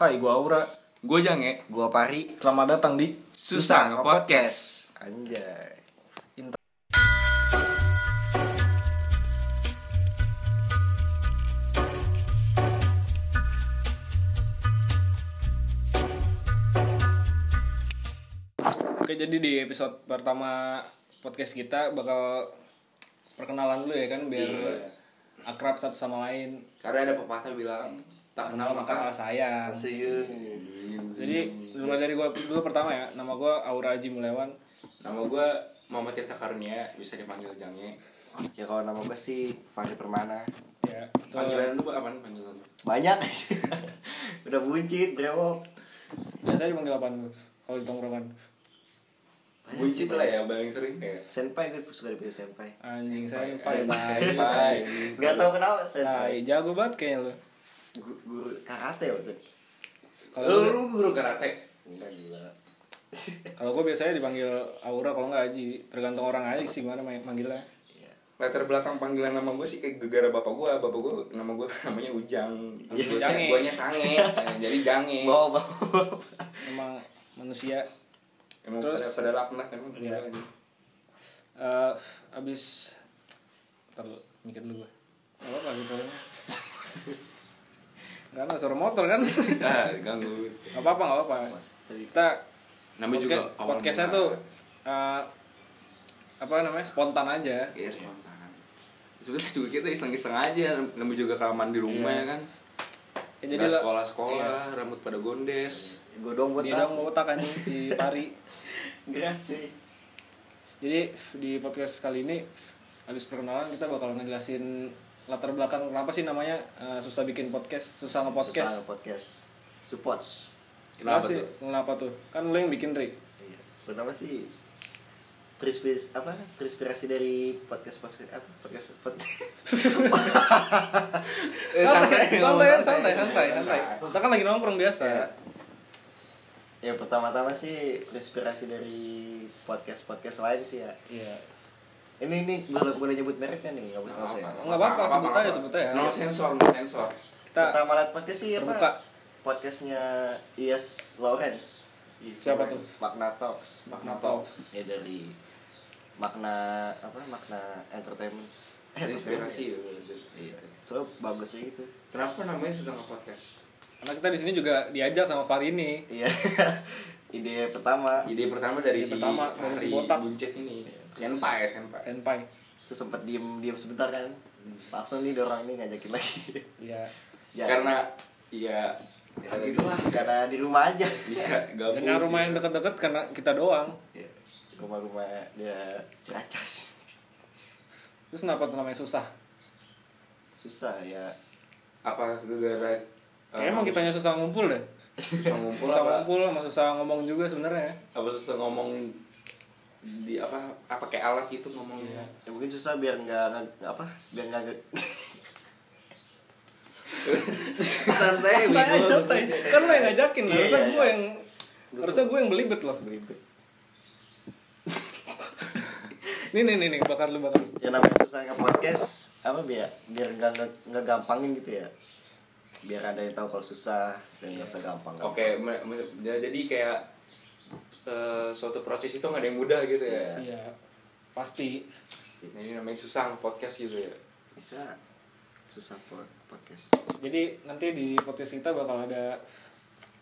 Hai, gua Aura. Gue Jange, Gua Pari. Selamat datang di susah nge-podcast. Anjay. Oke, jadi di episode pertama podcast kita bakal perkenalan dulu ya kan biar Iya. akrab satu sama lain. Karena ada pepatah bilang tak kenal Maka maka tak sayang. Sayang. Jadi, dulu dari gua dulu pertama ya. Nama gua Aura Aji Mulewan. Nama gue Muhammad Tirta Karunia, bisa dipanggil Jange. Ya kalau nama gue sih Fahri Permana. Ya. itu- Panggilan lu apaan panggilan lu? Banyak. Udah buncit, brewok. Biasanya dipanggil apaan lu? Kalau di tongkrongan. Buncit lah ya, paling sering kayak Senpai gue suka dipanggil senpai. Anjing saya Senpai. Senpai. Gak tau kenapa Tai, senpai. jago banget kayaknya lu. Gu- Guru karate maksudnya. Lu, Kalau lu guru karate? Enggak gila. kalau gua biasanya dipanggil Aura kalau nggak Aji, tergantung orang aja sih gimana main- manggilnya. Latar belakang panggilan nama gue sih kayak gegara bapak gue Bapak gue, nama gue namanya Ujang Iya, Gue Jange. Guanya Sange, Eh, jadi Jange Bawa bawa. Emang manusia Emang Terus- pada, pada laknat kan emang Iya. panggilan. Eh, abis Ntar dulu, mikir dulu gue Gak apa-apa gitu Gak ada suara motor kan Gak Ah, ganggu apa-apa, gak apa-apa Kita Namanya juga podcast- awal podcastnya mula. tuh eh, Apa namanya, spontan aja Iya spontan. Sebenarnya juga kita iseng-iseng aja, nemu juga kelamaan di rumah ya kan. Iya. ya, iya. Jadi lo- sekolah-sekolah, rambut pada gondes. Godong Iya. buat Dia dong botak kan si Pari Gratis. Jadi di podcast kali ini Abis perkenalan kita bakal ngejelasin latar belakang kenapa sih namanya eh, susah bikin podcast susah Susah nge-podcast podcast. Supports. Kenapa sih? tuh? kenapa tuh kan lo yang bikin Ri Iya. Pertama sih Terinspirasi apa? Terinspirasi dari podcast podcast apa? Podcast podcast. Eh, santai, santai, ngomong santai, santai, santai. Kita kan lagi nongkrong biasa. Ya. Ya pertama-tama sih inspirasi dari podcast-podcast lain sih ya. Iya. Ini ini boleh boleh nyebut mereknya nih, nggak boleh nggak usah. Nggak apa-apa, sebut aja, sebut aja. No sensor, no sensor. Kita Pertama lihat podcast sih apa? terbuka. Podcastnya Ias Lawrence. Siapa tuh? Makna Talks. Makna Talks. Ya dari makna apa? Makna entertainment. Ada inspirasi ya. Iya. So bagus sih gitu. Kenapa namanya susah nge-podcast? Karena kita di sini juga diajak sama Far ini. Iya. Ide pertama Ide pertama dari Ide si pertama dari si Fahri botak. Buncit ini. Senpai, senpai. Senpai. itu sempet diem diem sebentar kan. Hmm. Langsung nih dia orang nih ngajakin lagi. Iya. Ya. Karena ya Ya, itulah. karena di rumah aja Iya, gabung. Dan yang rumah yang deket-deket karena kita doang. rumah-rumah dia ceracas Terus kenapa tuh namanya susah? susah ya apa gara-gara eh, Kayaknya emang kitanya susah ngumpul deh. susah ngumpul Susah apa? ngumpul sama susah ngomong juga sebenarnya. apa susah ngomong di apa apa kayak alat gitu ngomongnya Iya. ya mungkin susah biar nggak nggak- apa biar nggak nggak- santai Santai, Wibo. santai. Kan lo yang ngajakin, Iya, harusnya iya, gue iya. yang harusnya gue yang belibet loh. beribet Nih nih nih nih bakar lu bakar. lu. ya namanya susah nggak podcast apa biar biar nggak nggak- nggak gampangin gitu ya biar ada yang tahu kalau susah dan nggak usah gampang kan. oke me- me- ya, jadi kayak eh, suatu proses itu nggak ada yang mudah gitu ya Iya. Pasti. Nah, ini namanya susah podcast gitu ya bisa susah po- podcast Jadi nanti di podcast kita bakal ada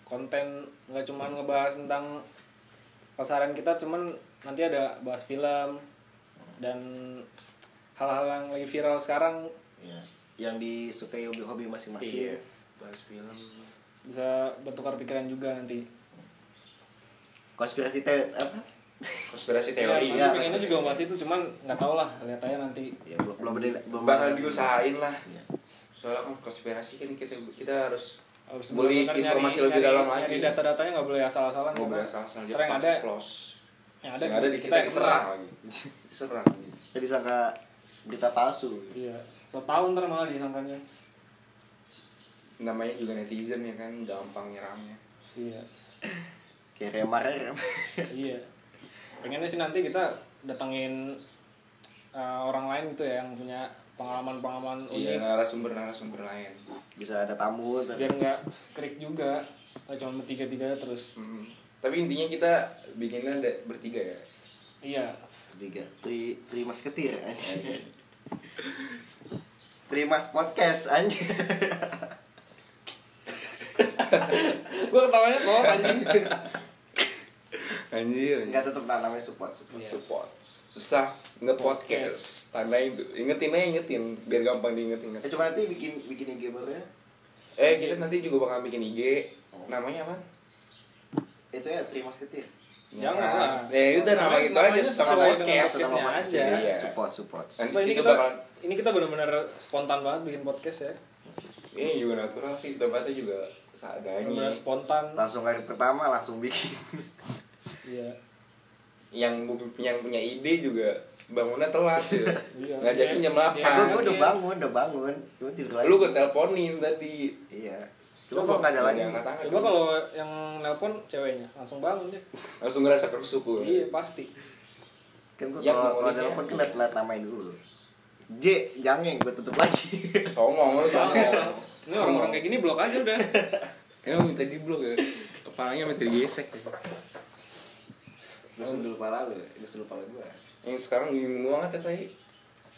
konten nggak cuman ngebahas tentang pasaran kita, cuman nanti ada bahas film dan hal-hal yang lagi viral sekarang ya yang disukai hobi hobi masing-masing bahas film bisa bertukar pikiran juga nanti. konspirasi te apa Ya, konspirasi teori nanti iya, pengennya pasti. juga bahas itu, cuman nggak tau lah lihat aja nanti. ya belum belum ada- belum bakal ada- diusahain lah Iya. soalnya kan konspirasi kan kita kita harus Harus beli benar-benar kan informasi nyari- lebih nyari- dalam nyari lagi data-datanya nggak boleh asal-asalan. Mau karena bahas langsung aja ntar yang pas ada, close yang ada, ada, yang ada di kita, yang diserang kena. lagi diserang jadi sangka berita palsu Iya, setahun ntar malah disangkanya. namanya juga netizen ya kan gampang nyeramnya Iya. kayak remar remar iya pengennya sih nanti kita datengin uh, orang lain gitu ya yang punya pengalaman-pengalaman iya unik narasumber narasumber lain Iya. bisa ada tamu ntar. biar nggak krik juga Oh, cuma bertiga tiga terus. Hmm. Tapi intinya kita bikinnya ada bertiga ya. Iya. tiga tri tri masketir tri mas podcast anjir Gua ketawanya kok anjing. Anjir. nggak tetap nah, namanya support support Iya. Support. Susah nge podcast. Tanda itu. Ingetin aja ingetin biar gampang diingetin. Eh, cuma nanti bikin bikin IG baru ya Eh kita nanti juga bakal bikin IG. Namanya apa? itu ya tri masketir Jangan lah. Ya udah Namanya- nama itu aja namanya susah sesuai dengan podcast. Podcastnya Nama podcast aja. ini, Iya. ya. support support Kan- Nah, ini Kita kita bakalan- ini kita benar-benar spontan banget bikin podcast ya. Ini juga natural sih tempatnya juga seadanya. Benar-benar spontan. langsung hari pertama langsung bikin Iya. Yang bu- yang punya ide juga bangunnya telat ya. Iya. Ngajakin jam Iya. 8. gue udah bangun udah bangun cuma tidur lagi Lu gue teleponin tadi. iya cuma kok nggak ada lagi Nggak angkat tangan. Coba kalau yang nelpon ceweknya langsung bangun deh. langsung ngerasa bersyukur. Iya pasti. kan gue Yang kalau kalau ngomongin ada ya. telepon kan liat liat namanya dulu J jangan gue tutup lagi Songong lu Iya. songong. Ini orang-orang kayak gini blok aja udah. Emang minta di blok ya? Kepalanya minta digesek ya. gue sundul pala lu gue sundul pala gue Yang sekarang bingung banget ya tadi.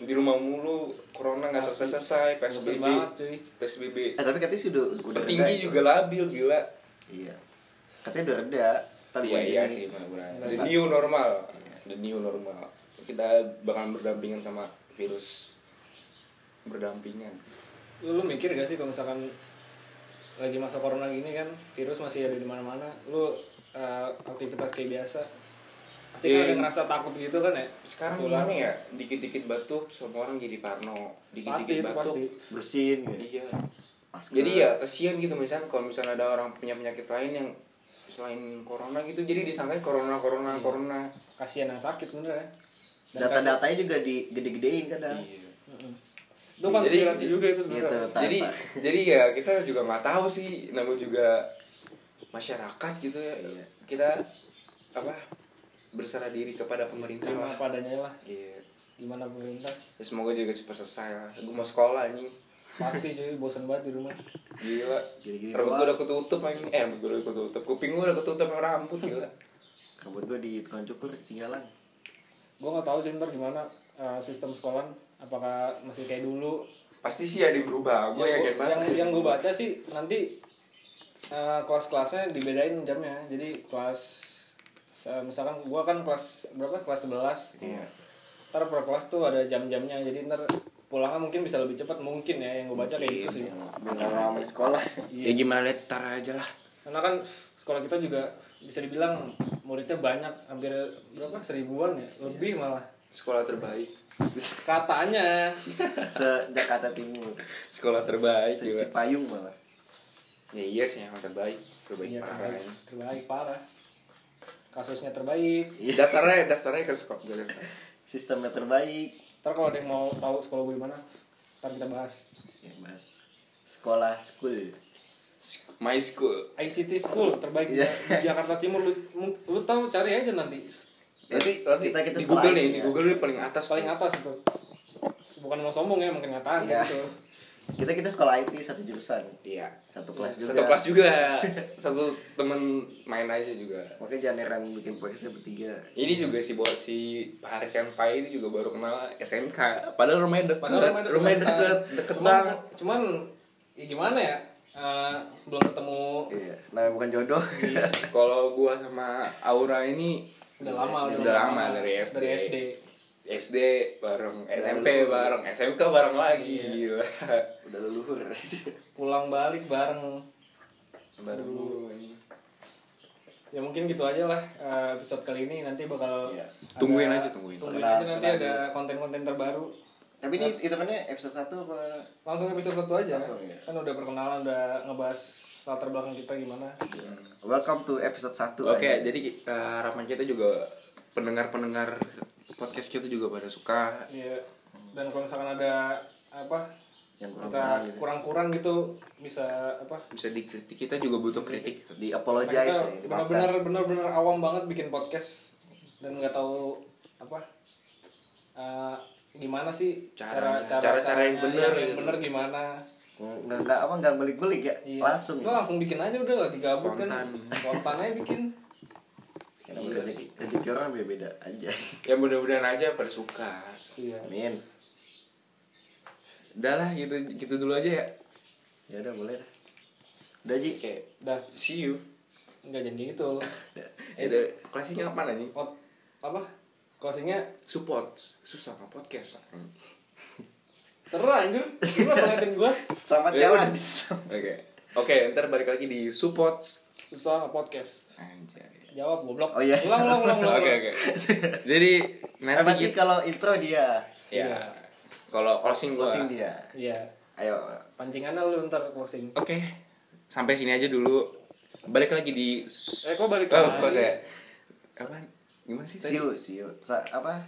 Di rumah mulu, corona nggak Asli. selesai-selesai, Nyesel PSBB. banget cuy. PSBB. eh tapi katanya sih udah udah Petinggi reda itu. juga labil, gila. iya katanya udah reda tadi Iya, aja iya nih. sih, bener-bener. The Ngerasa- new normal. The new normal. Kita bakal berdampingan sama virus. Berdampingan. Lu, lu mikir gak sih kalau misalkan lagi masa corona gini kan virus masih ada di mana-mana. Lu eh, aktivitas kayak biasa. Pasti kan Iya. ada ngerasa takut gitu kan ya? Sekarang Tulang. gimana ya? Dikit-dikit batuk, semua orang jadi parno. Pasti Dikit-dikit itu pasti. batuk. bersin gitu. Iya. masker jadi ya kesian gitu misalnya kalau misalnya ada orang punya penyakit lain yang selain corona gitu jadi disangka corona corona Iya. corona Kasihan yang sakit sebenarnya. Dan kasihan- data-datanya juga digede-gedein kadang iya. Mm-mm. Itu konspirasi Jadi- juga itu sebenarnya. gitu. jadi jadi ya kita juga nggak tahu sih namun juga masyarakat gitu ya Iya. kita apa berserah diri kepada pemerintah Terima lah padanya lah. iya Gimana pemerintah? Ya, semoga juga cepat selesai lah gue mau sekolah anjing Pasti cuy bosan banget di rumah. gila Gini-gini rambut gue doang. udah ketutup anjing eh rambut gue udah ketutup kuping gue udah ketutup sama rambut gila rambut gue Nah, di tukang cukur ketinggalan Gue nggak tahu sih ntar gimana eh, sistem sekolah apakah masih kayak dulu pasti sih ada yang berubah gue yang, yakin banget yang gue baca sih nanti eh, kelas-kelasnya dibedain jamnya jadi kelas se- misalkan gue kan kelas berapa kelas 11 Iya. ntar per kelas tuh ada jam-jamnya jadi ntar pulangnya mungkin bisa lebih cepat mungkin ya yang gue baca kayak gitu sih dengan lama di sekolah Iya. Ya gimana lihat tar aja lah. karena kan sekolah kita juga bisa dibilang muridnya banyak hampir berapa seribuan ya lebih malah Sekolah terbaik. katanya se Jakarta Timur Sekolah terbaik se Cipayung malah Ya iya sih yang terbaik. Terbaik Iya, parah. terbaik, terbaik parah kasusnya terbaik Iya. Daftarnya daftarnya ke sekolah gue daftar. sistemnya terbaik ntar kalau ada yang mau tahu sekolah gue di mana ntar kita bahas ya mas sekolah school My school. ICT school terbaik di, Iya. di Jakarta Timur lu, mu- lu tahu cari aja nanti Nanti nanti Kita- kita di Google sekolah nih, ini di ya. Google nih paling atas. paling atas itu bukan mau sombong ya mungkin ngatain Iya. gitu kita kita sekolah IT satu jurusan Iya. satu kelas juga Satu kelas juga. Satu temen main aja juga. makanya jangan heran bikin podcastnya bertiga Ini juga si buat si Haris Senpai ini juga baru kenal SMK. Padahal rumahnya deket, Padahal rumahnya deket- rumahnya deket, deket cuman, banget. cuman ya gimana ya eh, belum ketemu iya namanya bukan jodoh Kalau gua sama Aura ini udah lama Udah lama, dari SD. dari SD SD bareng, SMP bareng, SMK bareng lagi. Gila. udah leluhur pulang balik bareng Bareng mulu ini. ya mungkin gitu aja lah eh, episode kali ini nanti bakal Iya. ada- Tungguin aja, tungguin. tungguin Tenang, aja nanti tenang ada konten-konten terbaru tapi Nah. ini hitungannya episode satu apa langsung episode satu aja Langsung, iya. kan udah perkenalan udah ngebahas latar belakang kita gimana welcome to episode satu Oke, anjing. jadi eh, harapan kita juga pendengar-pendengar podcast kita juga pada suka. Iya. dan kalau misalkan ada apa yang kita iya. kurang-kurang gitu bisa apa Bisa dikritik, kita juga butuh kritik. di Nah, kita apologize ya, dimaafkan. benar-benar benar-benar awam banget bikin podcast dan nggak tahu apa eh, gimana sih Cara- cara-cara caranya, yang bener yang gitu. bener gimana nggak nggak apa nggak balik-balik ya Iya. langsung Lo langsung bikin aja udah lah digabut kan. Spontan. Spontan aja bikin. karena Iya rezeki sih. rezeki orang beda aja ya mudah-mudahan aja pada suka Iya. amin udah lah gitu gitu dulu aja ya ya udah boleh dah udah ji oke Dah, see you enggak jadi gitu. Udah. ya udah kelasnya apa nih Ot, apa? Closingnya support susah nggak podcast seru anjir. Lu gak ngeliatin gua. selamat Ya jalan udah. oke oke ntar balik lagi di support Susah nggak podcast. anjay Jawab goblok. Oh, iya. Ulang ulang ulang. oke ulang. oke jadi eh nanti berarti kita kalau intro dia Iya. ya kalau closing gua closing oke dia Iya. ayo Pancingannya lu ntar closing. sampai sini aja dulu balik lagi di Eh, kok balik oh, lagi? kok saya apa gimana sih tadi siu siu Sa apa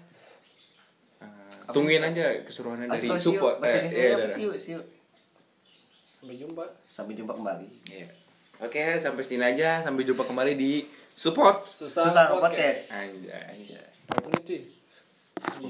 Eh, tungguin aja keseruannya dari Aspal siu support eh, iya, bahasa Indonesia apa dari- siu siu Sampai jumpa. sampai jumpa kembali Iya. Oke, sampai sini aja. Sampai jumpa kembali di support. Susah, susah podcast. podcast Anjay. anjay. Ini cuy.